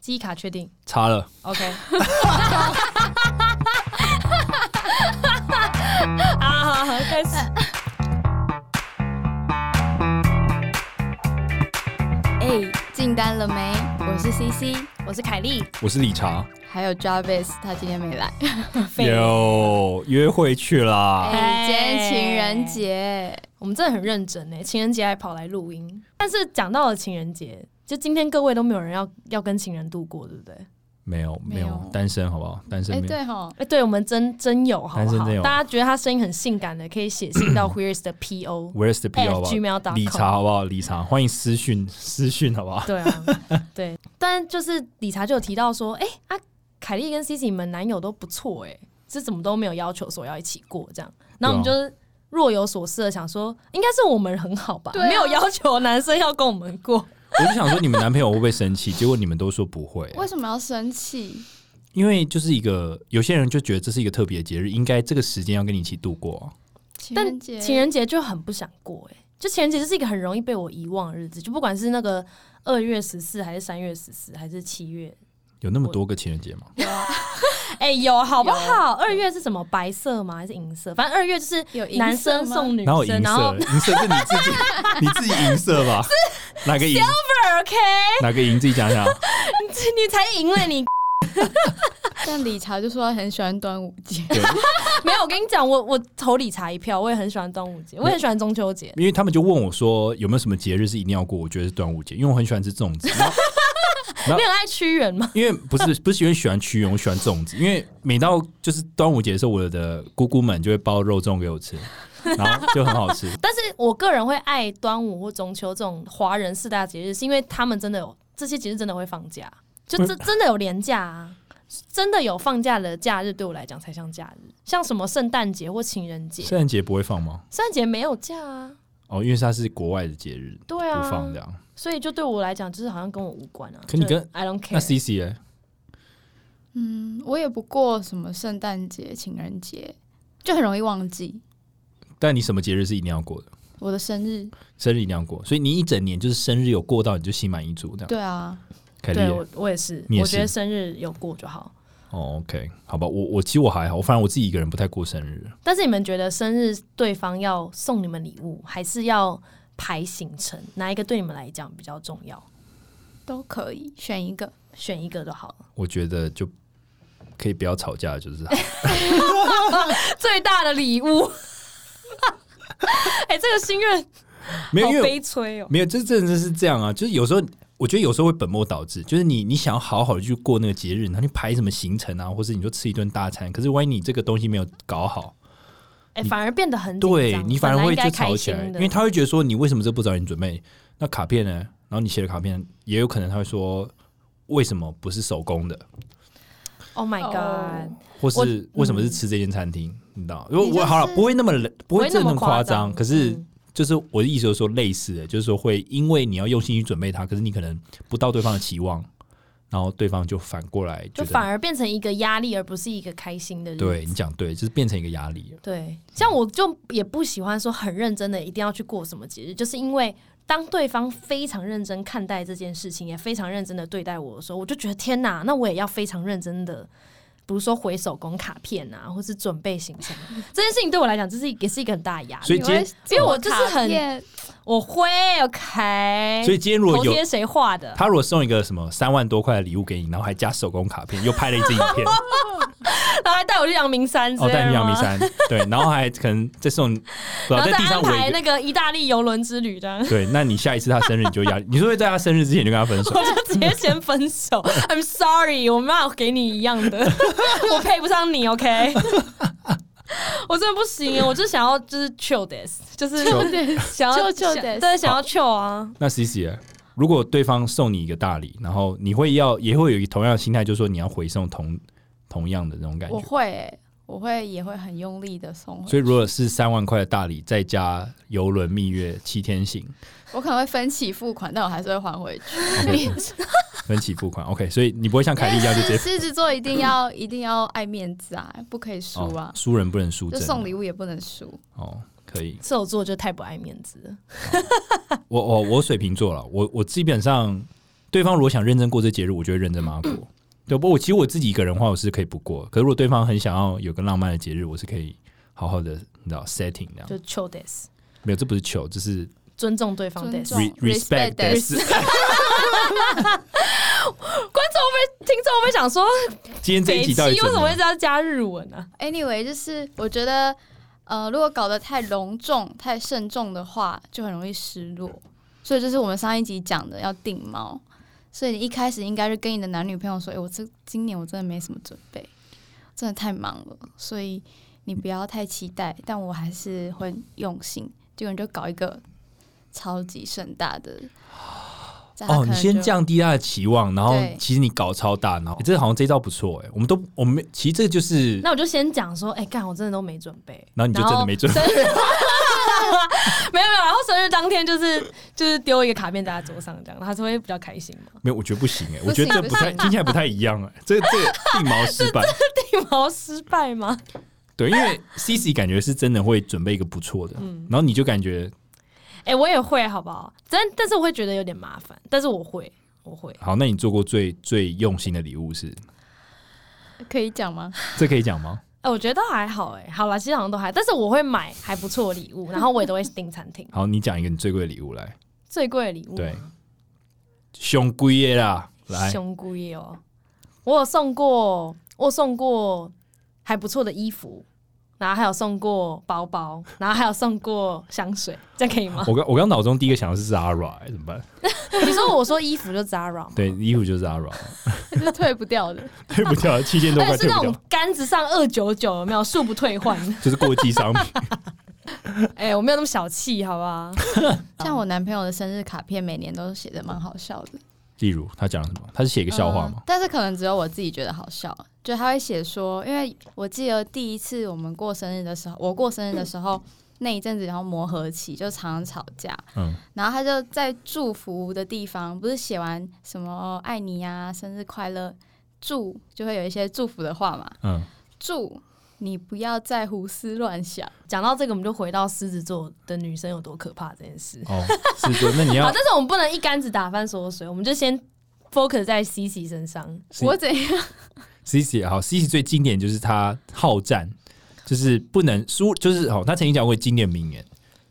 C 卡确定差了， ，OK。好好好，开始。 哎、进单了没？哎我是 CC，我是凯莉，我是理查，还有 Jarvis，他今天 没来。有约会去啦。哎、哎今天情人节，我们真的很认真呢，情人节还跑来录音。但是讲到了情人节，就今天各位都没有人要要跟情人度过，对不对？没有没没有有，单身好不好？单身哎、没有。对吼，哎，对我们真真有好男不生好真？有大家觉得他声音很性感的，可以写信到 Where's the PO Where's the P 好不好？ gmail.com。理查好不好？理查，欢迎私讯私讯好不好？ 对啊，对，但就是理查就有提到说，哎、啊，凯莉跟 Cici 你们男友都不错哎、是怎么都没有要求说要一起过这样，然后我们对啊就是若有所思的想说，应该是我们很好吧，对啊没有要求男生要跟我们 过，我就想说你们男朋友会不会生气？结果你们都说不会，为什么要生气？因为就是一个有些人就觉得这是一个特别节日，应该这个时间要跟你一起度过啊。情但人节，情人节就很不想过哎、就情人节就是一个很容易被我遗忘的日子，就不管是那个二月十四还是三月十四还是七月，有那么多个情人节吗？啊 哎、有好不好？二月是什么白色吗？还是银色？反正二月就是有银色吗男生送女哪有生，银然后色？银色是你自己你自己银色 吧？哪个银？ OK，哪个银？自己讲 讲。 你才赢了你。但理查就说他很喜欢端午节，对，没有，我跟你讲，我我投理查一票，我也很喜欢端午节，我也很喜欢中秋节。因为他们就问我说有没有什么节日是一定要过，我觉得是端午节，因为我很喜欢吃粽子。 然后啊你很爱屈原吗？因为不是不是因为喜欢屈原，我喜欢粽子，因为每到就是端午节的时候，我的姑姑们就会包肉粽给 我吃，然后就很好吃。 但是我个人会爱端午或中秋这种华人四大节日，是因为他们真的有这些节日真的会放假，就真嗯真的有连假啊，真的有放假的假日，对我来讲才像假日。像什么圣诞节或情人节，圣诞节不会放吗？圣诞节没有假啊，哦，因为它是国外的节日，对不啊，放这样。所以就对我来讲，就是好像跟我无关啊。可你就跟 I don't 那 care， C C 呢？嗯，我也不过什么圣诞节、情人节，就很容易忘记但你什么节日是一定要过的？我的生日。生日一定要过，所以你一整年就是生日有过到，你就心满意足这样。对啊，凯莉对耶我我也是，你也我觉得是生日有过就好。哦，OK，好吧，我我其实我还好，我反正我自己一个人不太过生日。但是你们觉得生日对方要送你们礼物，还是要排行程？哪一个对你们来讲比较重要？都可以选一个。选一个就好了。我觉得就可以不要吵架，就是好 最大的礼物， 哎、这个心愿没有，好因为悲催哦、没有，这真的是这样啊。就是有时候，我觉得有时候会本末倒置，就是你你想要好好的去过那个节日，然后你排什么行程啊，或是你就吃一顿大餐，可是万一你这个东西没有搞好，哎、你反而变得很紧张对你反而会本来就应该吵开起来，心因的为他会觉得说你为什么这不早点准备？那卡片呢？然后你写的卡片也有可能他会说为什么不是手工的， Oh my God，、或我嗯是为什么是吃这间餐厅？你知道？如你果就我好了，是不会那么不会真的么那么夸张，张，可是。嗯就是我的意思，就是说类似的，就是说会因为你要用心去准备它，可是你可能不到对方的期望，然后对方就反过来觉就得反而变成一个压力，而不是一个开心的日子。对你讲对，就是变成一个压力了。对，像我就也不喜欢说很认真的一定要去过什么节日，就是因为当对方非常认真看待这件事情，也非常认真的对待我的时候，我就觉得天哪，那我也要非常认真的，比如说回手工卡片啊，或是准备行程，啊这件事情对我来讲，这是也是一个很大的压所以力。今天因为我就是很你会我会 OK，所以今天如头果有贴谁画的？他如果送一个什么三万多块的礼物给你，然后还加手工卡片，又拍了一支影片， 然后还带我去阳明山之哦，类的吗，带你阳明山，对，然后还可能再送，不然要后在再地安上围排一那个。个意大利游轮之旅这样。对，那你下一次他生日你就压力，你是不是在他生日之前就跟他分手？我就直接先分手。I'm sorry，我没办法给你一样的，我配不上你。OK，我真的不行欸耶，我就想要就是 chill this，就是卡片想要 chill 想 this 对，想要 chill 啊。那 C C，如果对方送你一个大礼，然后你会要也会有一个同样的心态，就是说你要回送同同样的那种感我觉。会欸，我会也会很用力的送回去所以如果是三万块的大礼，再加游轮蜜月七天 行我可能会分期付款，但我还是会还回去。 ，OK，分期付款，OK，所以你不会像凯莉一样就直狮接狮子座一定要一定要爱面子啊，不可以输啊哦，，输人不能输就阵送礼物也不能输。哦，可以。射手座就太不爱面子了，我我我水瓶座了，我我基本上对方如果想认真过这节日，我就会认真帮他嗯过。对，不过我其实我自己一个人的话，我是可以不过。可是如果对方很想要有个浪漫的节日，我是可以好好的，你知道 setting 那样。就 chill this，没有，这不是求，这是尊重对方 this。尊重 re respect respect this。观众会不会、听众会不会想说， 今天这一北七集到底为怎什么么会样？这样加日文啊？ Anyway，就是我觉得，呃，如果搞得太隆重、太慎重的话，就很容易失落。所以就是我们上一集讲的要定锚，所以你一开始应该是跟你的男女朋友说：“哎、我这今年我真的没什么准备，真的太忙了，所以你不要太期待。”但我还是会用心，结果你就搞一个超级盛大的。这样他哦，可你能先就降低他的期望，然后对其实你搞超大，然后、欸这好像这招不错哎、我们都我们没其实这个就是，那我就先讲说，哎、干，我真的都没准备。然后你就真的没准备然后。生日没有没有，然后生日当天就是就是丢一个卡片在他桌上，这样他是会比较开心嘛？ 没有，我觉得不行哎、不我觉得行这不太不行听起来不太一样哎、这这个定毛失败，定毛失败吗？对，因为 C C 感觉是真的会准备一个不错的，然后你就感觉哎、我也会，好不好？但但是我会觉得有点麻烦，但是我会，我会。好，那你做过最最用心的礼物是？ 可以讲吗？ 这可以讲吗？哎、我觉得倒还好、哎，好啦，其实好像都还，但是我会买还不错的礼 物，然后我也都会订餐厅好，你讲一个你最贵的礼物来，最贵的礼物，对，熊龟的啦，来，熊姑爷哦，我有送过，我有送过还不错的衣服，然后还有送过包包，然后还有送过香水，这样可以吗？我刚我刚脑中第一个想的是 Zara，、哎怎么办？ 你说我说衣服就 Zara 吗？对，衣服就是 Zara，是退不掉的。退不 掉，七千多块而且哎是退那不种掉，杆子上二九九，有没有恕不退 换？就是过季 商品。哎、我没有那么小气，好吧？像我男朋友的生日卡片，每年都写的蛮好笑的。例如他讲了什么？他是写一个笑话嗯吗？但是可能只有我自己觉得好笑，就他会写说，因为我记得第一次我们过生日的时候，我过生日的时候、那一阵子，然后磨合期就常常吵架，嗯，然后他就在祝福的地方，不是写完什么哦爱你呀、生日快乐，祝就会有一些祝福的话嘛，嗯，祝你不要再胡思乱想。讲到这个，我们就回到狮子座的女生有多可怕这件事。哦，是的。那你好，要但是我们不能一杆子打翻所有水，我们就先 focus 在 CC 身上。是我怎样？ C C 好，C C 最经典就是他好战，就是不能输，就是哦，他曾经讲过经典名言，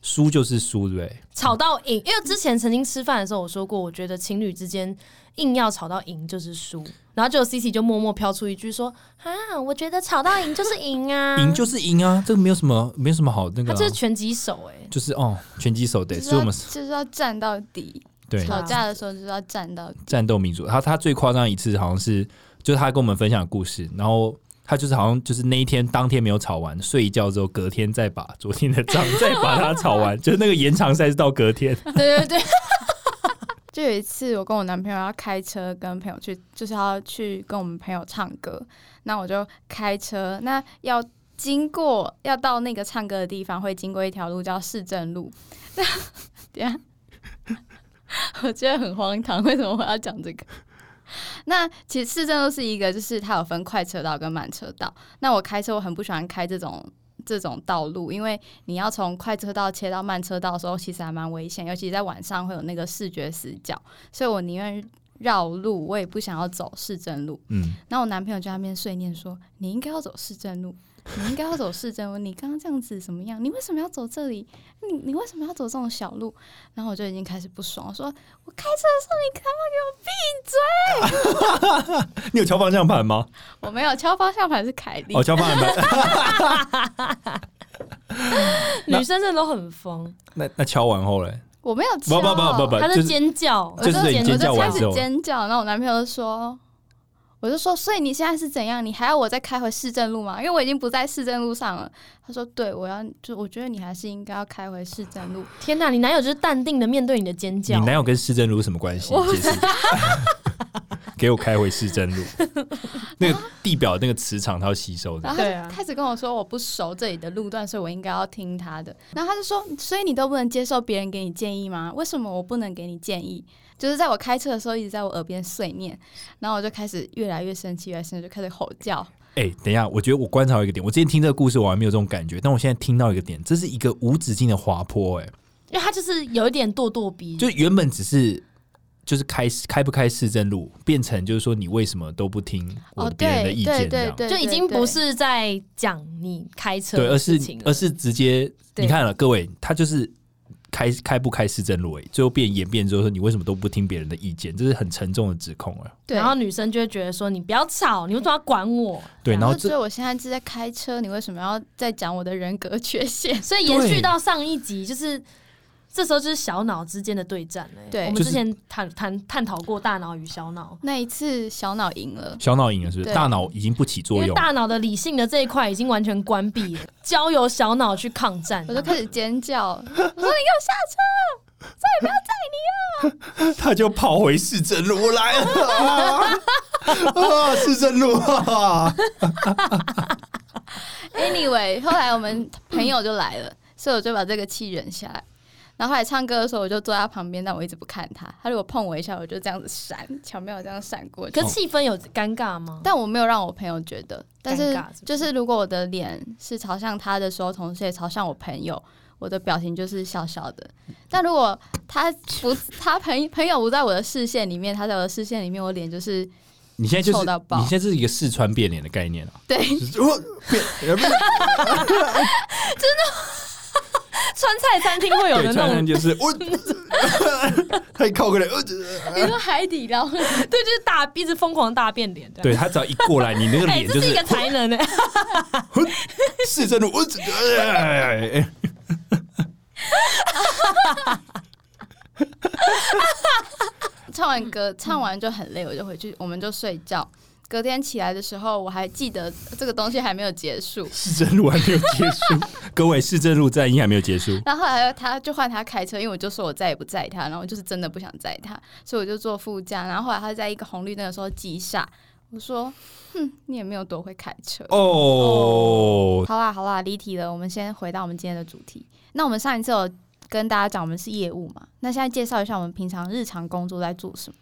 输就是输，对不对？吵到赢，因为之前曾经吃饭的时候我说过，我觉得情侣之间硬要吵到赢就是输，然后就有 C C 就默默飘出一句说：“啊，我觉得吵到赢就是赢啊，赢就是赢啊，这个没有什么没有什么好那他个啊、就是拳击手哎、就是哦，拳击手对，就是所以我要们就是要站到底，对啊好吵架的时候就是要站到底。战斗民族。他他最夸张一次好像是，就是他跟我们分享的故事，然后他就是好像就是那一天当天没有吵完，睡一觉之后隔天再把昨天 的仗再把它吵完，就是那个延长赛是到隔天。对对 对，就有一次，我跟我男朋友要开车跟朋友去，就是要去跟我们朋友唱歌。那我就开车，那要经过要到那个唱歌的地方，会经过一条路叫市政路。那 等一下， 我觉得很荒唐，为什么我要讲这个？那其实市政路是一个，就是它有分快车道跟慢车道。那我开车我很不喜欢开这种这种道路，因为你要从快车道切到慢车道的时候，其实还蛮危险，尤其在晚上会有那个视觉死角，所以我宁愿绕路，我也不想要走市政路。嗯，然后我男朋友就在那边碎念说：“你应该要走市政路， 你应该要走市政路，你刚刚这样子怎么样？你为什么要走这里？你你为什么要走这种小路？”然后我就已经开始不爽，我说：“我开车的时候你干嘛给我闭嘴你有敲方向盘吗？？”我没有敲方向盘是凯莉哦，，敲方向 盘，女生真的都很疯，那那敲完后嘞，我没有敲，不不不不不，她在就是尖叫，就是她在你尖尖叫我就完开之始后尖叫，然后我男朋友就说，我就说，所以你现在是怎样？你还要我再开回市政路吗？因为我已经不在市政路上了。他说，对，我要，就我觉得你还是应该要开回市政路。天哪，你男友就是淡定的面对你的尖你叫，男友跟市政路什么关系？解释一下 给我开回市政路，那个地表那个磁场它要吸收的然。后他对啊就开始跟我说，我不熟这里的路段，所以我应该要听他的。然后他就说，所以你都不能接受别人给你建议吗？为什么我不能给你建议？就是在我开车的时候，一直在我耳边碎念，然后我就开始越来越生气，越来越生气，就开始吼叫。哎、等一下，我觉得我观察到一个点，我之前听这个故事我还没有这种感觉，但我现在听到一个点，这是一个无止境的滑坡、哎，因为他就是有一点咄咄逼人，就原本只是。就是开开不开市政路，变成就是说你为什么都不听哦我别人的意见这样。就已经不是在讲你开车对，而的是事情了而是直接对你看了各位，他就是开开不开市政路、欸，最后变演变之后说你为什么都不听别人的意见，这是很沉重的指控啊。对。然后女生就会觉得说你不要吵，你为什么要管我？对，然后所以这我现在是在开车，你为什么要再讲我的人格缺陷？ 所以延对续到上一集，就是这时候就是小脑之间的对战了、对我们就之是前探探探讨过大脑与小脑，那一次小脑赢了，小脑赢了，是不是对大脑已经不起因作为用。大脑的理性的这一块已经完全关闭了，交由小脑去抗战。我就开始尖叫，我说你给我下车！ 他就跑回市政路我来了 啊！啊，市政路啊！ Anyway，后来我们朋友就来了，所以我就把这个气忍下来。然后后来唱歌的时候，我就坐在他旁边，但我一直不看他。他如果碰我一下，我就这样子闪，巧妙地这样闪过去可。气氛有尴尬吗？但我没有让我朋友觉得，但尴是尬是不是就是如果我的脸是朝向他的时候，同时也朝向我朋友，我的表情就是笑笑的。但如果他不，他朋朋友不在我的视线里面，他在我的视线里面，我脸就是你现在就是臭到爆你现在是一个四川变脸的概念啊！对， 就是我变 川菜餐厅会有的对，那川种人， 就是 我，他靠过来，我比如说海底捞， 对，就是大一直疯狂大变脸。这样对，他只要一过来，你那个哎、脸这就是一是个才能呢、欸是真的，我只哎唱完歌，唱完就很累，我就回去，我们就睡觉。隔天起来的时候，我还记得这个东西还没有结束。市政路还没有结 束，各位市政路战役还没有结束。然后后来他就换他开车，因为我就说我再也不载他，然后我就是真的不想载他，所以我就坐副驾。然后后来他在一个红绿灯的时候急刹，我说：“哼，你也没有多会开车。哦，好啦好啦，离题了，我们先回到我们今天的主题。那我们上一次有跟大家讲我们是业务嘛，那现在介绍一下我们平常日常工作在做什么。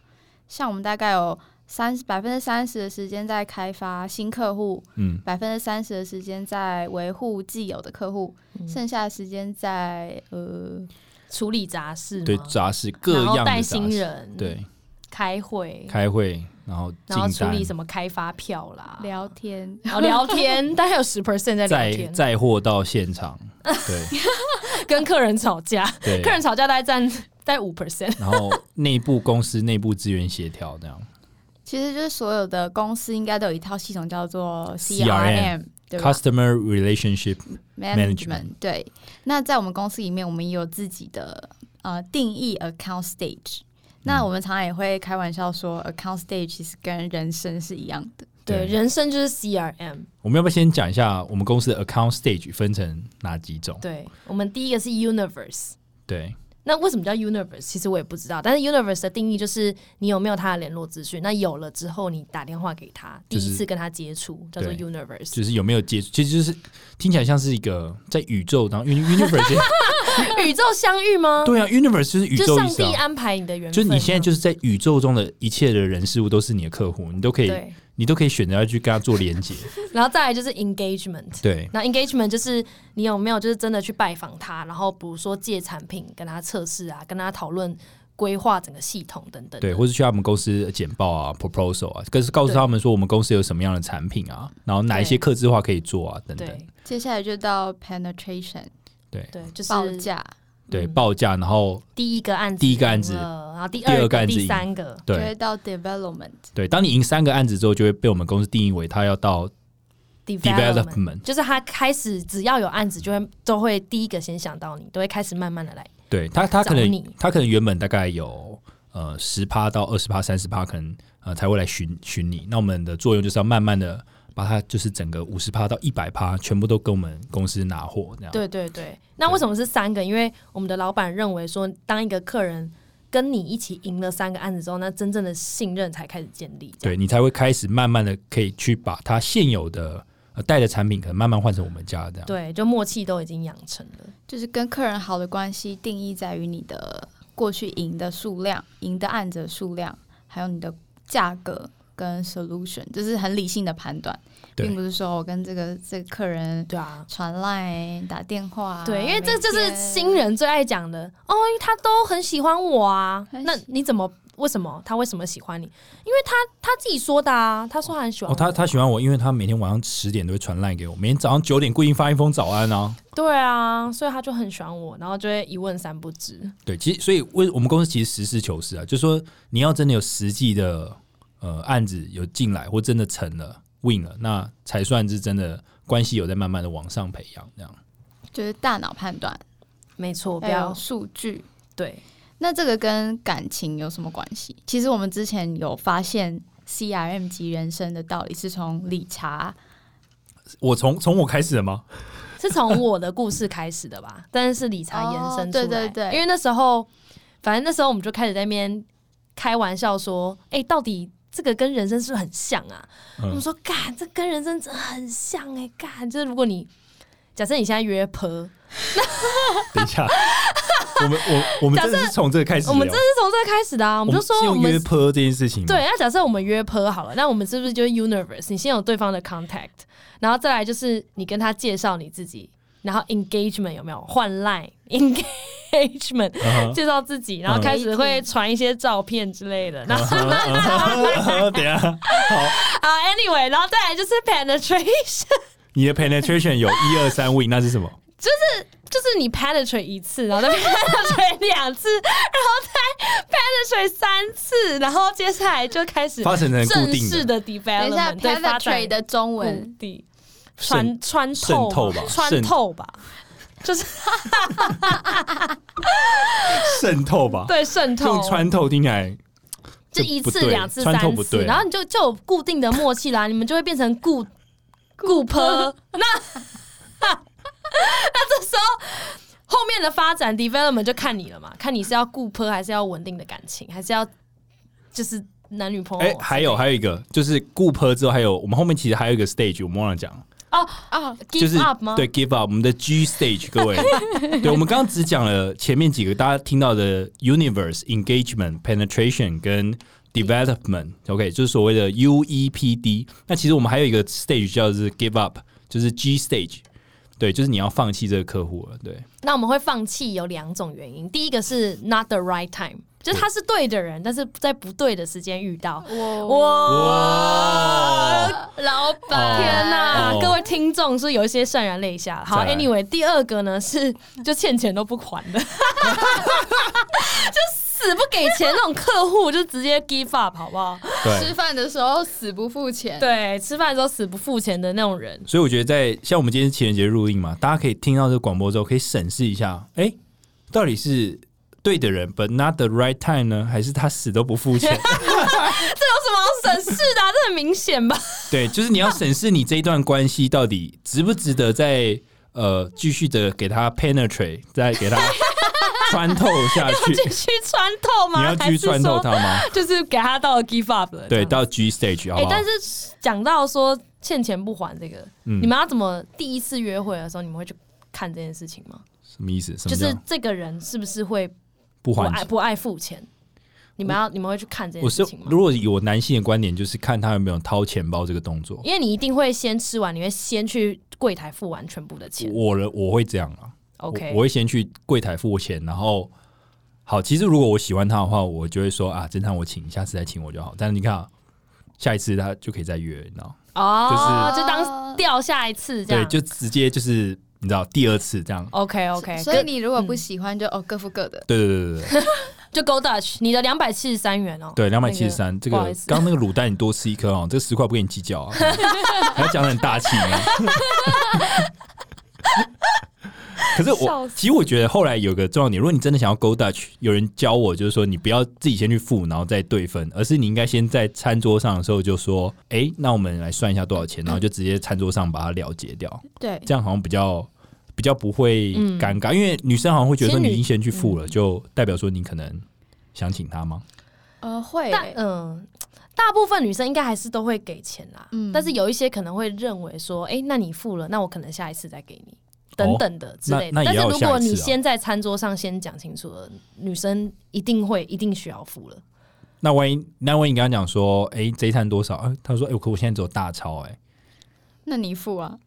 像我们大概有三百分之三十的时间在开发新客户，嗯，百分之三十的时间在维护既有的客户，剩下的时间在呃 处理杂事嘛，对，杂事各然后样带的杂新事，人，，对，开会，开会，然后然后进处单理，什么开发票啦，聊天。啊然后聊天，大概有十 percent 在聊载天，载货到 现场，对跟客人吵架，对，客人吵架大概占在五 percent。然后内部公司内部资源协调 这样其实就是所有的公司应该都有一套系统叫做 CRM CRM，对吧，customer relationship，Management 对，那在我们公司里面，我们也有自己的呃定义 account 嗯 stage。那我们常常也会开玩笑说，account stage 其实跟人生是一样的。对，人生就是 CRM。我们要不要先讲一下我们公司的 account stage 分成哪几种？对，我们第一个是 Universe。对，那为什么叫 Universe？其实我也不知道，但是 Universe 的定义就是你有没有他的联络资讯，那有了之后你打电话给他，第就是一次跟他接触叫做对 Universe。就是有没有接触，其实就是听起来像是一个在宇宙当 中 universe， 宇宙相遇吗？对啊，universe 就是宇就宙上意思帝啊。安排你的缘分就这是样，你现在就是在宇宙中的一切的人事物都是你的客户，你都可以，对，你都可以选择要去跟他做 连接。然后再来就是 engagement，对，那 engagement 就是你有没有就是真的去拜访他，然后比如说借产品跟他测试啊，跟他讨论规划整个系统等等的。对，或是去他们公司的简报啊、proposal 啊，跟告诉他们说我们公司有什么样的产品啊，然后哪一些对客制化可以做啊，等等。对接下来就到 penetration 对对，就是报价，对，嗯报价，然后第一个案子，第一个案子然后第第二个个、案子第三个，就对会到 development，对，当你赢三个案子之后，就会被我们公司定义为他要到 development， development。就是他开始只要有案子，就会都会第一个先想到你，都会开始慢慢的来。对他，他可找能你他可能原本大概有呃十趴到二十趴、三十趴，可能呃才会来寻寻你。那我们的作用就是要慢慢的把它就是整个五十趴到一百趴，全部都跟我们公司拿货这样。对对对，那为什么是三个？因为我们的老板认为说，当一个客人跟你一起赢了三个案子之后，那真正的信任才开始建立。这样对你才会开始慢慢的可以去把它现有的呃带的产品，可能慢慢换成我们家这样。对，就默契都已经养成了。就是跟客人好的关系定义在于你的过去赢的数量、赢的案子的数量，还有你的价格跟 solution，就是很理性的判断，对并不是说我跟这个这个客人对啊，传赖、打电话啊、对，因为这每就是天新人最爱讲的哦，他都很喜欢我啊。很喜那你怎么为什么他为什么喜欢你？因为他他自己说的啊，他说他很喜欢哦，我、他他喜欢我，因为他每天晚上十点都会传烂给我，每天早上九点固定发一封早安啊。对啊，所以他就很喜欢我，然后就会一问三不知。对，其实所以为我们公司其实实事求是啊，就是说你要真的有实际的呃案子有进来或真的成了 win 了，那才算是真的关系有在慢慢的往上培养这样。就是大脑判断，没错，不要有要数据。对那这个跟感情有什么关系？其实我们之前有发现 CRM 及人生的道理是从理查，我从从我开始的吗？ 是从我的故事开始的 吧？但是是理财延伸哦出来，对对对因为那时候，反正那时候我们就开始在那边开玩笑说，哎、到底这个跟人生是不是很像啊？我嗯们，说，干，这跟人生真的很像哎、干，就是如果你假设你现在约婆，等一下，我们我我们真的是从这个开始聊，我们真的是从这个开始的啊，我们就说哦是我用约们。坡这件事情吗，对，那假设我们约 per 好了，那我们是不是就是 universe？你先有对方的 contact，然后再来就是你跟他介绍你自己，然后 engagement 有没有换 line engagement，嗯哼。介绍自己，然后嗯开始会传一些照片之类的。然后 嗯哼嗯哼 等一下，好，啊，anyway，然后再来就是 penetration， 你的 penetration 有一二三 win，那是什么？就是你 penetrate 一次，然后再 penetrate 两次，然后再 penetrate 三次，然后接下来就开始发展成固正定式的的等一下 development，对发 penetrate 展嗯的中目文的渗穿穿透渗透吧穿渗透吧，就是渗透吧，对渗透用。穿透听起来就这一不次、对两次、穿透三不次，对啊，然后你就就有固定的默契啦，你们就会变成 固固坡。那那 这时候后面的发展 development 就看你了嘛，看你是要固坡还是要稳定的感情，还是要就是男女朋友哎、之类的。还有还有一个就是顾坡之后，还有我们后面其实还有一个 stage，我们忘了讲，哦哦，就是 give up 吗？对 give up 我们的 G stage，各位， 对，我们刚刚只讲了前面几个大家听到的 universe engagement penetration 跟 development，OK，、就是所谓的 UEPD。那其实我们还有一个 stage 叫是 give up，就是 G stage，对，就是你要放弃这个客户了，对。那我们会放弃有两种原因，第一个是 not the right time，就是他是对的人，但是在不对的时间遇到。我哇！老哦板，天呐，哦各位听众是有一些潸然泪下。好再来，Anyway，第二个呢是 就欠钱都不还的，就 死不给钱那种客户，就直接 give up 好不好？对吃，饭的时候死不付钱，对，吃饭的时候死不付钱的那种人，所以我觉得在像我们今天是情人节录音嘛，大家可以听到这个广播之后，可以审视一下，哎、到底是对的人，but not the right time 呢，还是他死都不 付钱？ 这有什么好省事的啊、这很明显吧？对，就是你要审视你这一段关系到底值不值得再呃继续的给他 penetrate，再给他穿透下 去，继续穿透你吗？要继续穿透啊还他 吗？是说就是给他到了 give up 了。对，这样到 G stage 好哎、不好？但是讲到说欠钱不还这个，嗯你们要怎么第一次约会的时候，你们会去看这件事情吗？什么意思？什就么叫是这个人是不是会不不还爱不爱付钱？你们要你们会去看这件我是事情吗？如果以我男性的观点，就是看他有没有掏钱包这个动作。因为你一定会先吃完，你会先去柜台付完全部的钱。我的我会这样啊， OK，我我会先去柜台付钱，然后好，其实如果我喜欢他的话，我就会说啊，这趟我请，下次再请我就好。但是你看、啊，下一次他就可以再约，你知道吗？哦，就是就当掉下一次这对，样。就直接就是你知道第二次这样。 OK OK，所以你如果不喜欢就哦各付各的，对对对对对就 Go Dutch，你的两百七十三元哦。对，两百七十三，这不好个意思刚那个卤蛋你多吃一颗哦，这十块不跟你计较啊，还要讲的很大气呢。可是我笑其实我觉得后来有个重要点，如果你真的想要 go Dutch，有人教我就是说你不要自己先去付，然后再对分，而是你应该先在餐桌上的时候就说，哎、那我们来算一下多少嗯钱，然后就直接餐桌上把它了结掉。对，这样好像比较比较不会尴尬，因为女生好像会觉得说嗯其实你女嗯已经先去付了，就代表说你可能想请她吗？呃会但欸，嗯，大部分女生应该还是都会给钱啦，嗯但是有一些可能会认为说，哎、那你付了，那我可能下一次再给你。等等的之类的，哦那但那也是要有如果下一次你啊先在餐桌上先讲清楚了，女生一定会一定需要付了。那万一那万一你跟她讲说，哎、这一餐多少？啊，她说，哎、可我现在只有大钞、哎，那你付啊，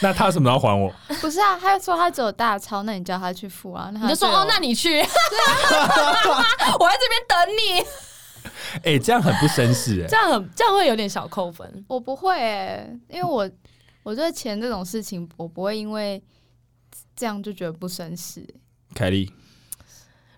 那他什么时候还我？ 不是啊，他说他只有大钞，那你叫他去付啊。那你他就说有哦，那你 去，我在这边等你， 哎、这样很不绅士哎、这样很这样会有点小扣分。我不会、欸，因为我我对钱这种事情，我不会因为这样就觉得不绅士、凯莉，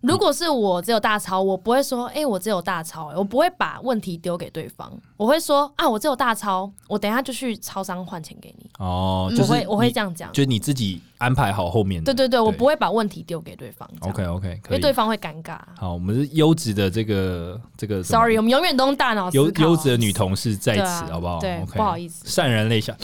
如果是我只有大钞，我不会说，哎、我只有大钞、我不会把问题丢给对方，我会说啊，我只有大钞，我等一下就去超商换钱给你。哦，就是我会我会你这样讲，就是你自己安排好后面的。对对对，我不会。会把问题丢给对方这样 OK OK，因可为以。对方会尴尬。啊好，我们是优质的这个这个什么 Sorry，我们永远都用大脑思考。优啊优质的女同事在对此啊，好不好？对 o k 不好意思潸然泪下，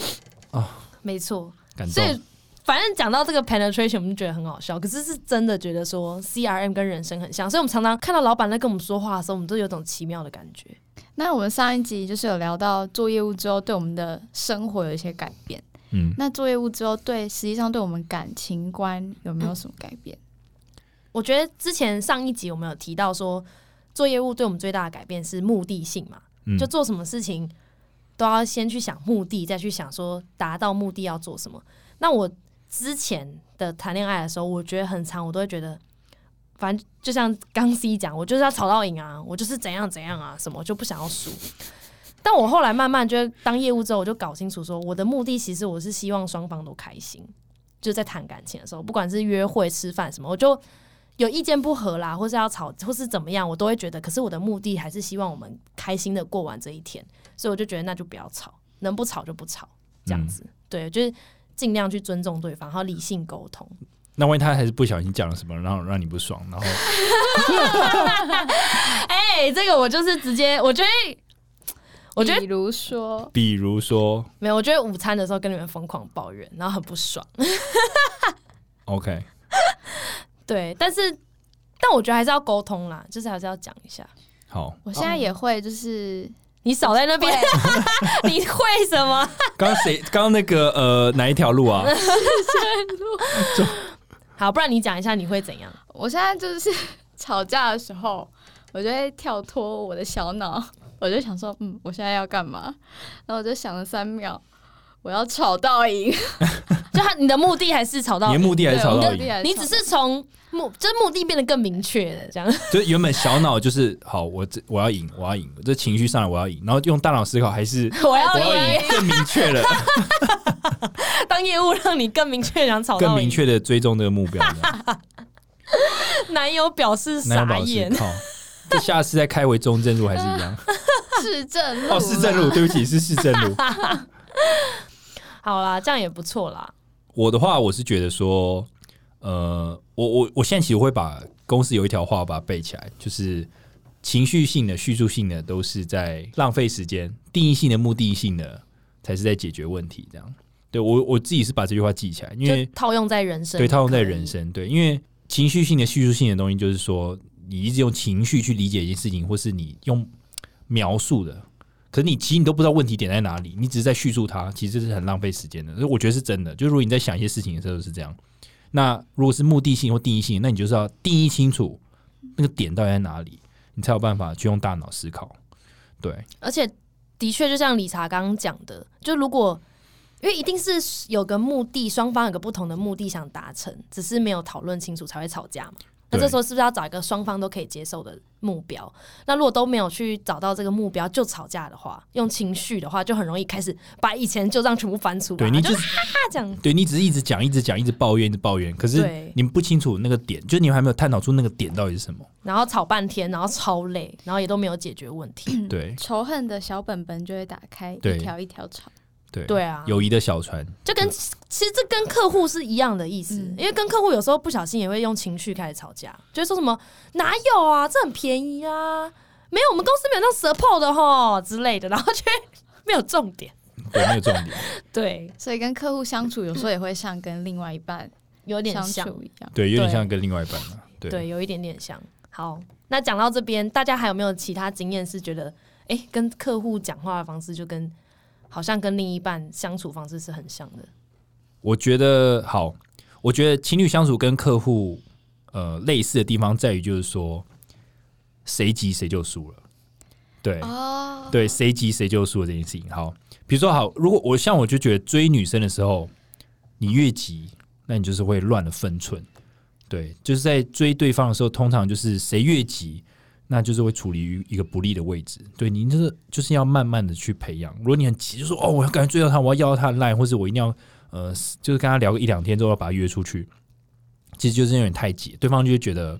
没错，感所动以。反正讲到这个 penetration，我们就觉得很好笑，可是是真的觉得说 CRM 跟人生很像，所以我们常常看到老板在跟我们说话的时候，我们都有种奇妙的感觉。那我们上一集就是有聊到做业务之后对我们的生活有一些改变。嗯，那做业务之后对实际上对我们感情观有没有什么改变？我觉得之前上一集我们有提到说，做业务对我们最大的改变是目的性嘛，嗯就做什么事情都要先去想目的，再去想说达到目的要做什么。那我之前的谈恋爱的时候，我觉得很长，我都会觉得，反正就像刚 C 讲，我就是要吵到赢啊，我就是怎样怎样啊，什么就不想要输。但我后来慢慢觉得，当业务之后，我就搞清楚说，我的目的其实我是希望双方都开心，就是在谈感情的时候，不管是约会、吃饭什么，我就有意见不合啦，或是要吵，或是怎么样，我都会觉得，可是我的目的还是希望我们开心的过完这一天，所以我就觉得那就不要吵，能不吵就不吵，这样子，对，就是尽量去尊重对方，还有理性沟通。那万一他还是不小心讲了什么，然后让你不爽，然后，哎、这个我就是直接，我觉得，我觉得比如说比如说没有，我觉得午餐的时候跟你们疯狂抱怨，然后很不爽， OK，对，但是。但我觉得还是要沟通啦，就是还是要讲一下。好，我现在也会就是你少在那边， 你会什么？刚刚谁？刚刚那个呃，哪一条路啊？好，不然你讲一下你会怎样？我现在就是 吵架的时候，我就会跳脱我的小脑， 我就想说，嗯，我现在要干嘛？然后我就想了三秒，我要吵到赢。就他你的目的还是吵到 你的目的还是吵对到我目的赢，还你吵只是从目，就是目的变得更明确了，这样。就原本小脑就是好，我这我要赢，我要赢，这情绪上来我要赢，然后用大脑思考还是 我要 我要赢，赢，更明 确了，当业务让你更明确想吵到更赢明，确的追踪这个目标。男友表示那要 傻保持眼。靠，这下次再开回中正路还是 一样？市政路啦哦，市政路，对不起，是市政路。好啦，这样也不错啦。我的话，我是觉得说，呃，我我我现在其实会把公司有一条话把它背起来，就是情绪性的、叙述性的都是在浪费时间，定义性的、目的性的才是在解决问题。这样，对我我自己是把这句话记起来，因就为套用在人生，对套用在人生。生，对，因为情绪性的、叙述性的东西，就是说你一直用情绪去理解一件事情，或是你用描述的。可是你其实你都不知道问题点在哪里，你只是在叙述它，其实这是很浪费时间的。所以我觉得是真的。就如果你在想一些事情的时候是这样，那如果是目的性或定义性，那你就是要定义清楚那个点到底在哪里，你才有办法去用大脑思考。对，而且的确，就像理查刚刚讲的，就如果因为一定是有个目的，双方有个不同的目的想达成，只是没有讨论清楚才会吵架嘛。那对这时候是不是要找一个双方都可以接受的目标？那如果都没有去找到这个目标就吵架的话，用情绪的话，就很容易开始把以前旧账全部翻出来，对你就就啊这样。对你只是一直讲、一直讲、一直抱怨、一直抱怨，可是对你们不清楚那个点，就是你们还没有探讨出那个点到底是什么。然后吵半天，然后超累，然后也都没有解决问题。 对仇恨的小本本就会打开，对一条一条吵。对对啊，友谊的小船，就跟其实这跟客户是一样的意思，嗯因为跟客户有时候不小心也会用情绪开始吵架，就会说什么哪有啊，这很便宜啊，没有我们公司没有那 support 的吼之类的，然后却没有重 点。对，那个重点， 对，所以跟客户相处，有时候也会像跟另外一半有点相像，处一样。对，有点对像跟另外一半了，对，对，有一点点像。好，那讲到这边，大家还有没有其他经验是觉得，哎、跟客户讲话的方式就跟好像跟另一半相处方式是很像的？我觉得好，我觉得情侣相处跟客户呃类似的地方在于，就是说谁急谁就输了，对、哦，对，谁急谁就输了这件事情。好，比如说好，如果我像我就觉得追女生的时候，你越急，那你就是会乱了分寸。对，就是在追对方的时候，通常就是谁越急，那就是会处于一个不利的位置。对你就是就是要慢慢的去培养。如果你很急，就说哦，我要赶快追到他，我要要到他的 line，或者我一定要呃，就是跟他聊个一两天之后要把他约出去，其实就是有点太急，对方就会觉得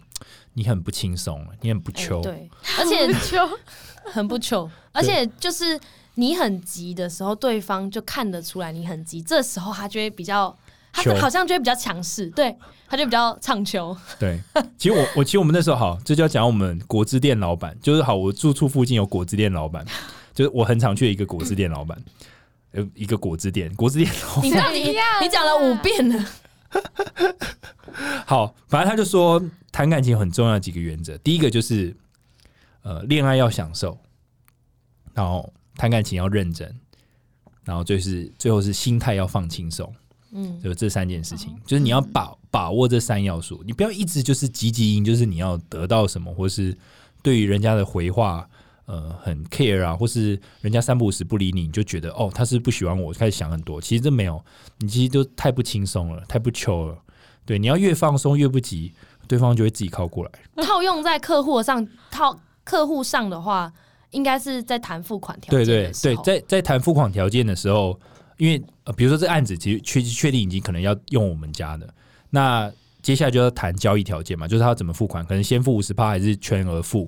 你很不轻松，你很不哎求、对， 而且就 很不糗，而且就是你很急的时候，对方就看得出来你很急，这时候他就会比较，他糗哦好像就会比较强势，对，他就比较唱球，对，其实我我其实我们那时候好，这就要讲我们果汁店老板，就是好，我住处附近有果汁店老板，就是我很常去的一个果汁店老板，呃，一个果汁店，果汁店 老你到底怎样啊你讲了五遍了， 好，反正他就说谈感情很重要的几个原则，第一个就是呃，恋爱要享受，然后谈感情要认真，然后就是最后是心态要放轻松。 嗯，就这三件事情，就是你要把把握这三要素，你不要一直就是积极应，就是你要得到什么，或是对于人家的回话，呃，很 care 啊，或是人家三不五时不理你，你就觉得哦，他是不喜欢我，开始想很多。其实这没有，你其实都太不轻松了，太不求了。对，你要越放松越不急，对方就会自己靠过来。套用在客户上，套客户上的话，应该是在谈付款条对件对的时对候，在在谈付款条件的时候，因为、呃、比如说这案子其实确确定已经可能要用我们家的，那接下来就要谈交易条件嘛，就是他要怎么付款，可能先付五十趴还是全额付？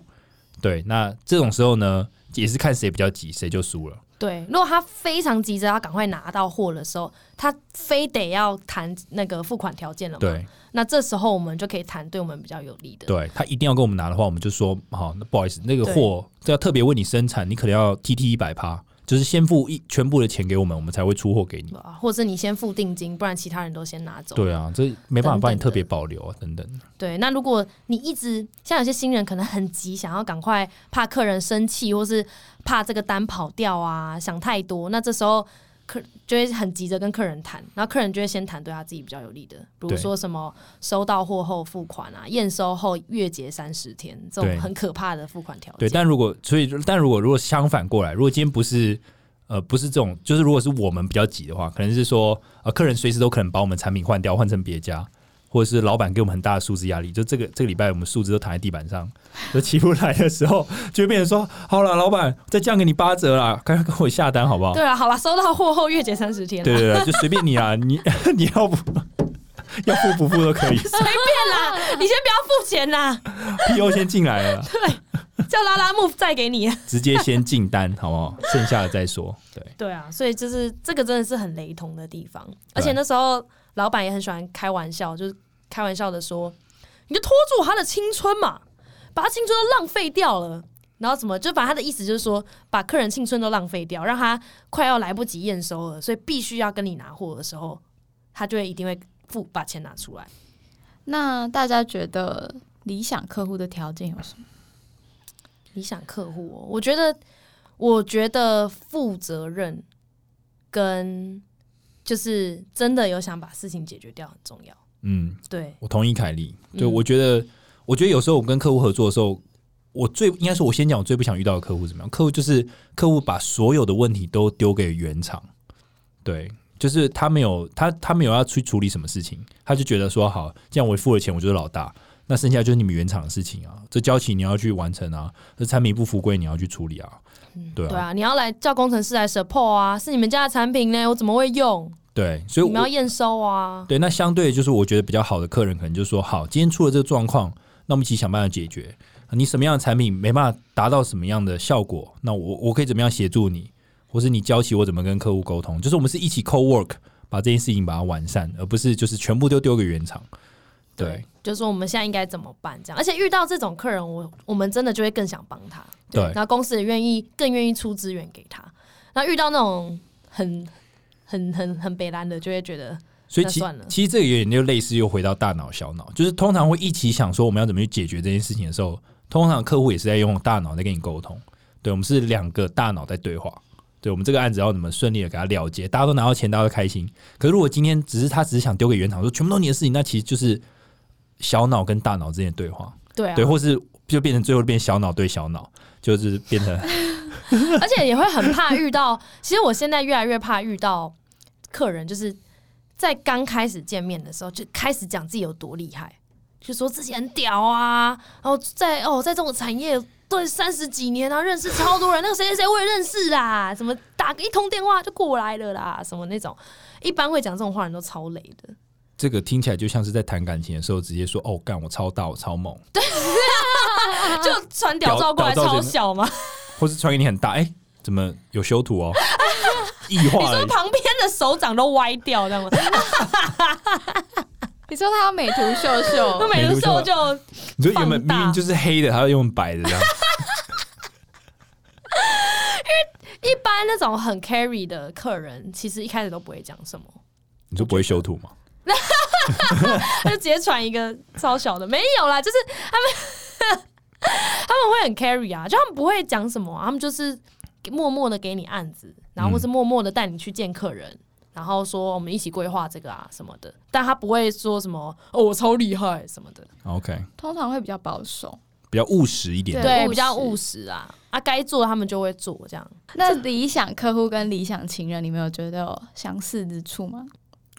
对，那这种时候呢，也是看谁比较急，谁就输了。对，如果他非常急着要赶快拿到货的时候，他非得要谈那个付款条件了嘛，，对那这时候我们就可以谈对我们比较有利的，对，他一定要跟我们拿的话，我们就说好，那不好意思，那个对货这要特别为你生产，你可能要 TT 一百趴，就是先付一全部的钱给我们，我们才会出货给你。对啊吧，或者你先付定金，不然其他人都先拿走，对啊，这没办法帮你等等的特别保留啊，等等。对，那如果你一直像有些新人可能很急，想要赶快，怕客人生气，或是怕这个单跑掉啊，想太多，那这时候客就会很急着跟客人谈，然后客人就会先谈对他自己比较有利的，比如对说什么收到货后付款啊，验收后月结三十天这对种很可怕的付款条对，件。但如果所以，但如果如果相反过来，如果今天不是呃不是这种，就是如果是我们比较急的话，可能是说呃客人随时都可能把我们产品换掉，换成别家，或者是老板给我们很大的数字压力，就这个这个礼拜我们数字都躺在地板上，就起不来的时候，就会变成说好了，老板再降给你八折啦，赶快跟我下单好不好？对啊，好啦，收到货后月结三十天啦，对对对，就随便你啊，你 你要不要付不付都可以 随便啦，你先不要付钱啦， ，PO 先进来了，叫拉拉木再给你。啊直接先进单好不好？剩下的再说，对。对啊，所以就是这个真的是很雷同的地方，而且那时候老板也很喜欢开玩笑，就是开玩笑的说，你就拖住他的青春嘛，把他青春都浪费掉了。然后怎么就把他的意思就是说，把客人青春都浪费掉，让他快要来不及验收了，所以必须要跟你拿货的时候，他就会一定会付把钱拿出来。那大家觉得理想客户的条件有什么？理想客户、哦，我觉得，我觉得负责任跟就是真的有想把事情解决掉很重要。嗯，对，我同意凯莉，对、嗯我觉得，我觉得有时候我跟客户合作的时候，我最应该说，我先讲我最不想遇到的客户怎么样？客户就是客户把所有的问题都丢给原厂，对，就是他没有他他没有要去处理什么事情，他就觉得说好，既然我付了钱，我就是老大，那剩下就是你们原厂的事情啊，这交期你要去完成啊，这产品不符规你要去处理啊，对对啊，啊，你要来叫工程师来 support 啊，是你们家的产品呢，我怎么会用？对，所以你我们要验收啊。对，那相对就是我觉得比较好的客人，可能就说好，今天出了这个状况，那我们一起想办法解决。你什么样的产品没办法达到什么样的效果，那我我可以怎么样协助你，或是你教起我怎么跟客户沟通，就是我们是一起 co work 把这件事情把它完善，而不是就是全部都丢给原厂。对，就说我们现在应该怎么办？这样，而且遇到这种客人，我我们真的就会更想帮他。对然后公司也愿意更愿意出资源给他。然后遇到那种很很很很北蓝的，就会觉得所以那其算了其实这个有点就类似又回到大脑小脑，就是通常会一起想说我们要怎么去解决这件事情的时候，通常客户也是在用大脑在跟你沟通。对，我们是两个大脑在对话。对我们这个案子要怎么顺利的给他了结，大家都拿到钱，大家都开心。可是如果今天只是他只是想丢给原厂说全部都你的事情，那其实就是小脑跟大脑之间的对话，对啊，对，或是就变成最后变小脑对小脑，就是变成而且也会很怕遇到。其实我现在越来越怕遇到客人，就是在刚开始见面的时候就开始讲自己有多厉害，就说自己很屌啊，然后在哦，在这种产业对三十几年啊，认识超多人，那个谁谁谁我也认识啦，什么打个一通电话就过来了啦，什么那种，一般会讲这种话的人都超累的。这个听起来就像是在谈感情的时候直接说哦，干我超大，我超猛， 就传屌照过来屌屌照超真的小 嘛，或是传给你很大，哎、怎么有修 图哦，异你化说了。旁边的手掌都歪掉，这 样吗？你说他要美图秀那秀，美如秀就你说原本放大明明就是黑的，他要用白的这样，一般那种很 carry 的客人，其实一开始都不会讲什么， 你说不会修图吗？他就直接传一个超小的，没有啦，就是他们 他们会很 carry 啊，就他们不会讲什么啊、他们就是默默的给你案子，然后或是默默的带你去见客人。然后说我们一起规划这个啊什么的，但他不会说什么哦我超厉害什么的， OK， 通常会比较保守。比较务实一点。对对，务比较实务实啊，啊该做他们就会做这样。 那理想客户跟理想情人，你们有觉得有相似之处吗？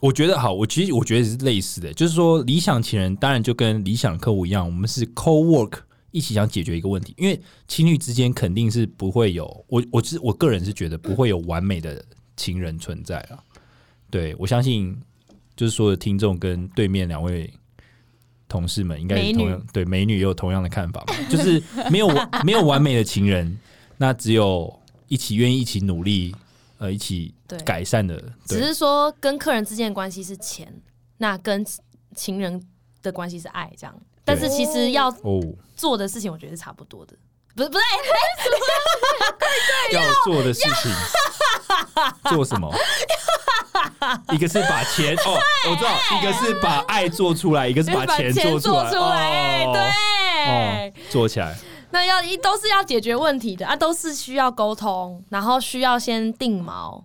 我觉得好，我其实我觉得是类似的，就是说理想情人当然就跟理想客户一样，我们是 co work 一起想解决一个问题，因为情侣之间肯定是不会有我我是我个人是觉得不会有完美的情人存在啊。对我相信，就是所有听众跟对面两位同事们应该美也女同样对美女也有同样的看法嘛，就是没有完没有完美的情人，那只有一起愿意一起努力，呃，一起对改善的，对只是说跟客人之间的关系是钱，那跟情人的关系是爱这样。但是其实要哦。做的事情，我觉得是差不多的。不是不是，要做的事 情，做什么？一个是把钱哦，我知道，一个是把爱做出来，一个是把钱钱出做来，出来，哎哦，对，哦，做起来，那要一都是要解决问题的啊，都是需要沟通，然后需要先定锚，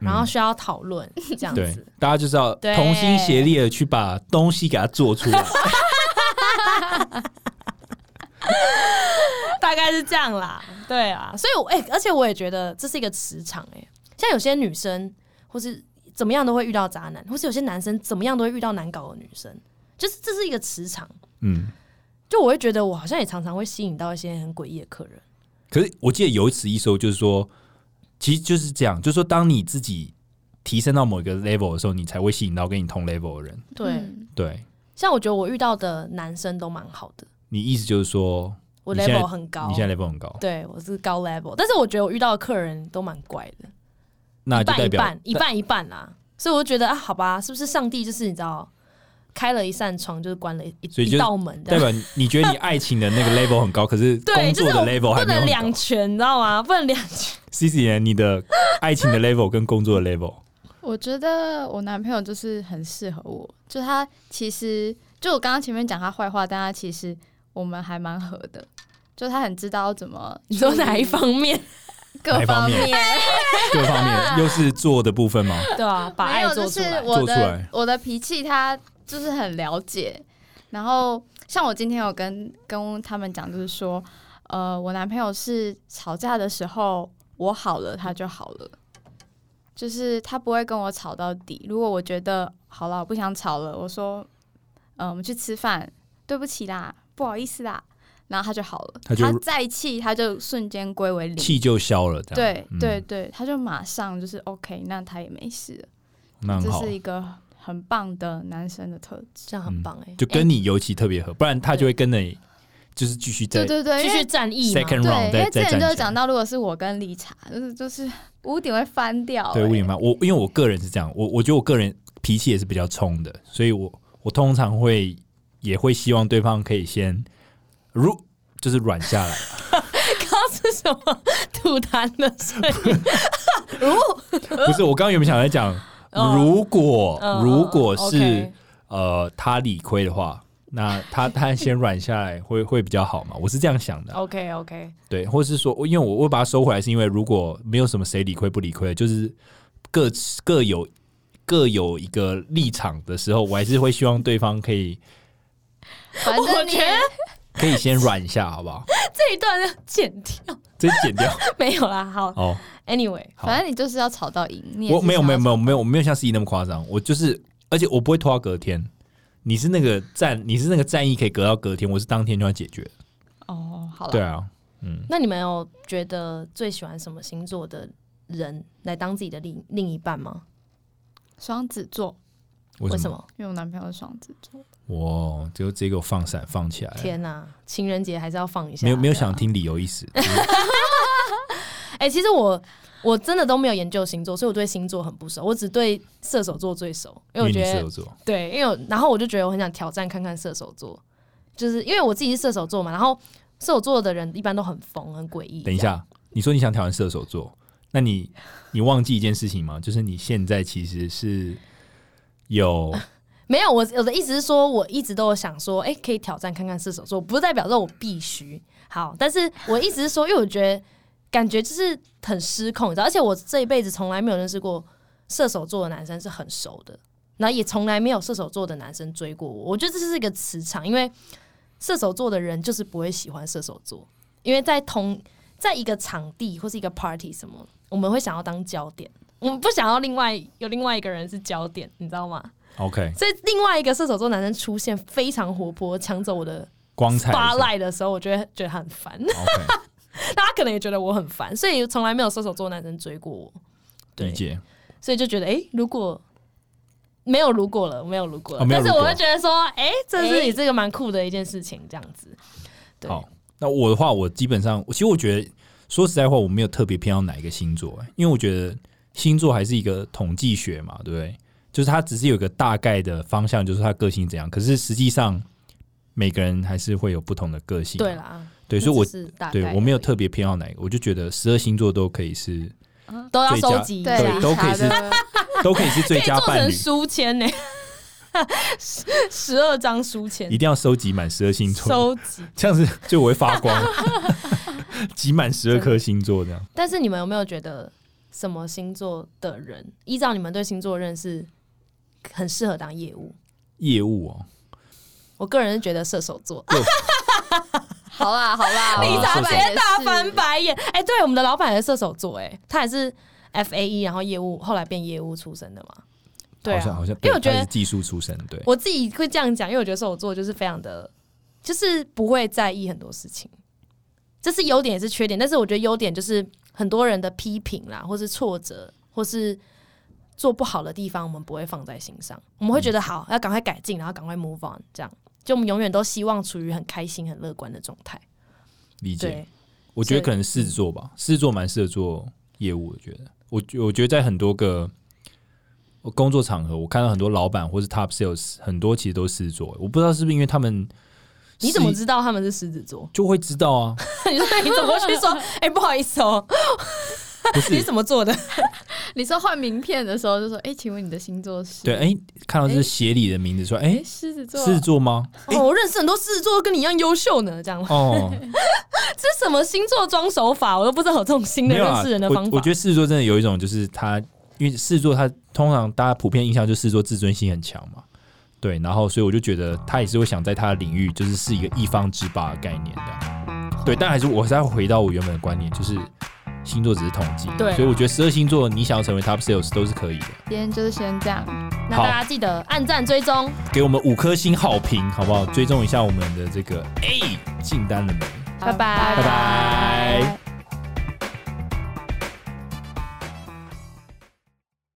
然后需要讨论、这样嗯对子。，大家就是要对同心协力的去把东西给它做出来。大概是这样啦，对啊，所以我哎、而且我也觉得这是一个磁场哎、像有些女生或是怎么样都会遇到渣男，或是有些男生怎么样都会遇到难搞的女生，就是这是一个磁场。嗯，就我会觉得我好像也常常会吸引到一些很诡异的客人，可是我记得有一次一说，就是说，其实就是这样，就是说，当你自己提升到某一个 level 的时候，你才会吸引到跟你同 level 的人。对，嗯对像我觉得我遇到的男生都蛮好的，你意思就是说，我你现在 level 很高你，现在 level 很高，对我是高 level，但是我觉得我遇到的客人都蛮怪的，那一就半代一表半，一半一半啦。所以我就觉得啊，好吧，是不是上帝就是你知道，开了一扇窗，就是关了一所以一就是道门这 代样。表你你觉得你爱情的 那个 level 很高，可是对，工就作是的我 level 哦还不没能有很两高。全，你知道吗？不 能两全。 C C 呢？你的爱情 的 level 跟工作的 level，我觉得我男朋友就是很适合我，就他其实就我刚刚前面讲他坏话，但他其实我们还蛮合的，就他很知道怎么你说哪一方面？各方方面面，各方面又是做的部分 吗？ 对啊，把没爱有，做就出是来。我做出的来我的脾气他就是很了解，然后像我今天有跟跟他们讲，就是说，呃，我男朋友是吵架的时候我好了，他就好了。就是他不会跟我吵到底。如果我觉得好了，我不想吵了，我说，嗯、我们去吃饭，对不起啦，不好意思啦，然后他就好了。他就再气，他就瞬间归为零。气就消了，这样对嗯对对，他就马上就是 OK，那他也没事了。那很这好是，一个很棒的男生的特质。这样很棒哎、嗯就跟你尤其特别合，不然他就会跟你就是继续在对对对，继因续为战役嘛。 second 对， round 因再为之再站前就起来讲。到，如果是我跟理查，就是就是屋顶会翻掉、对，欸五点半，我因为我个人是这样，我我觉得我个人脾气也是比较冲的，所以我我通常会也会希望对方可以先如就是软下来。刚刚是什么吐痰的声音？ 不是，我刚刚原本想在讲， 哦如果、嗯 如果是、 OK 呃他理亏的话，那他他先软下来会 会比较好嘛？我是这样想的啊， OK OK，对，或是说，因为我我把它收回来，是因为如果没有什么谁理亏不理亏，就是各各有各有一个立场的时候，我还是会希望对方可以反我正你觉得可以先软一下，好不好？ 这一段要剪掉，这剪掉 没有啦。好哦。 ，Anyway，好反正你就是要吵到赢。你也我是没有想没有要没有吵没有我没有像 C 那么夸张，我就是而且我不会拖到隔天。你是那个战，你是那个战役可以隔到隔天，我是当天就要解决。哦，好对了，啊，嗯，那你们有觉得最喜欢什么星座的人来当自己的另另一半吗？双子座，为为什什么？么？因为我男朋友是双子座，哇，就直接给我放闪放起来了，天哪、情人节还是要放一下。哎没有没有想听理由 意思。哎、其实我我真的都没有研究星座，所以我对星座很不熟，我只对射手座最熟，因为因为我你觉射得手座，对，因为我然后我就觉得我很想挑战看看射手座，就是因为我自己是射手座嘛，然后射手座的人一般都很疯很诡异。等一，下，你说你想挑战射手座，那你你忘记一件事情吗？就是你现在其实是有 没有我我的意思是说，我一直都有想说，哎、可以挑战看看射手座，不是代表说我必须好，但是我意思是说，因为我觉得感觉就是很失控，你知道，而且我这一辈子从来没有认识过射手座的男生是很熟的，然后也从来没有射手座的男生追过我。我觉得这是一个磁场，因为射手座的人就是不会喜欢射手座，因为在同在一个场地或是一个 party 什么，我们会想要当焦点，我们不想要另外有另外一个人是焦点，你知道吗？ OK 所以另外一个射手座男生出现非常活泼，抢走我的光彩的 spotlight 的时候，我就会觉得他很烦， OK 大家可能也觉得我很烦，所以从来没有射手座男生追过我，对理解。所以就觉得哎、诶如果没有如果了，没有如果了，哦没有但如是果我会觉得说，哎、这是诶你这个蛮酷的一件事情，这样子，对，好，那我的话，我基本上，其实我觉得说实在话，我没有特别偏好哪一个星座、欸因为我觉得星座还是一个统计学嘛，对不对？就是它只是有一个大概的方向，就是他个性怎样。可是实际上，每个人还是会有不同的个性。对，啦，对，所以我这只是大概对我没有而已特别偏好哪一个，我就觉得十二星座都可以是，都要最佳收集一下，啊对都可以是查的都可以是最可以佳做伴成侣，书签呢、 十二张书签一定要收集满十二星座，收集。这样子就我会发 光，集满十二颗星座这样。但是你们有没有觉得什么星座的人，依照你们对星座的认识，很适合当业务？业务哦，我个人是觉得射手座，好啦 好啦，你我咋老直板接也是大翻白眼。哎、对，我们的老板也是射手座、哎，他也是 F A E，然后业务，后来变业务出身的嘛。对、好像啊，好像，因为我觉他得是技术出身，对，我自己会这样讲，因为我觉得射手座就是非常的，就是不会在意很多事情，这是优点也是缺点。但是我觉得优点就是很多人的批评啦，或是挫折，或是做不好的地方，我们不会放在心上，我们会觉得好要赶快改进，然后赶快 move on，这样就我们永远都希望处于很开心、很乐观的状态。理解。对，我觉所以得嗯可能狮子座吧，狮子座蛮适合做业务，我觉得。我觉我觉得在很多个呃工作场合，我看到很多老板或是 top sales，很多其实都是狮子座。我不知道是不是因为他们你怎么是知道他们是狮子座？ 就会知道啊？你说你怎么去 说？哎、不好意思哦、不 你是怎么做的？你说换名片的时候就说，哎，请问你的星座是？对，，哎、看到这是协理的名字说，哎、哎，狮子座，狮子 座吗？哦，我认识很多狮子座都跟你一样优秀呢，这样吗？哦，这是什么星座装手法？我都不知道有这种新的没有认啊识人的方法。我我觉得狮子座真的有一种，就是他，因为狮子座他通常大家普遍印象就是狮子座自尊心很强嘛，对，然后所以我就觉得他也是会想在他的领域就是是一个一方之霸的概念的，对，但还是我还是要回到我原本的观念，就是星座只是统计，对啊所以我觉得十二星座你想要成为 top sales 都是可以的，今天就是先这样，那好大家记得按赞追踪，给我们五颗星好评好不好？追踪一下我们的这个哎进单了没？拜拜拜拜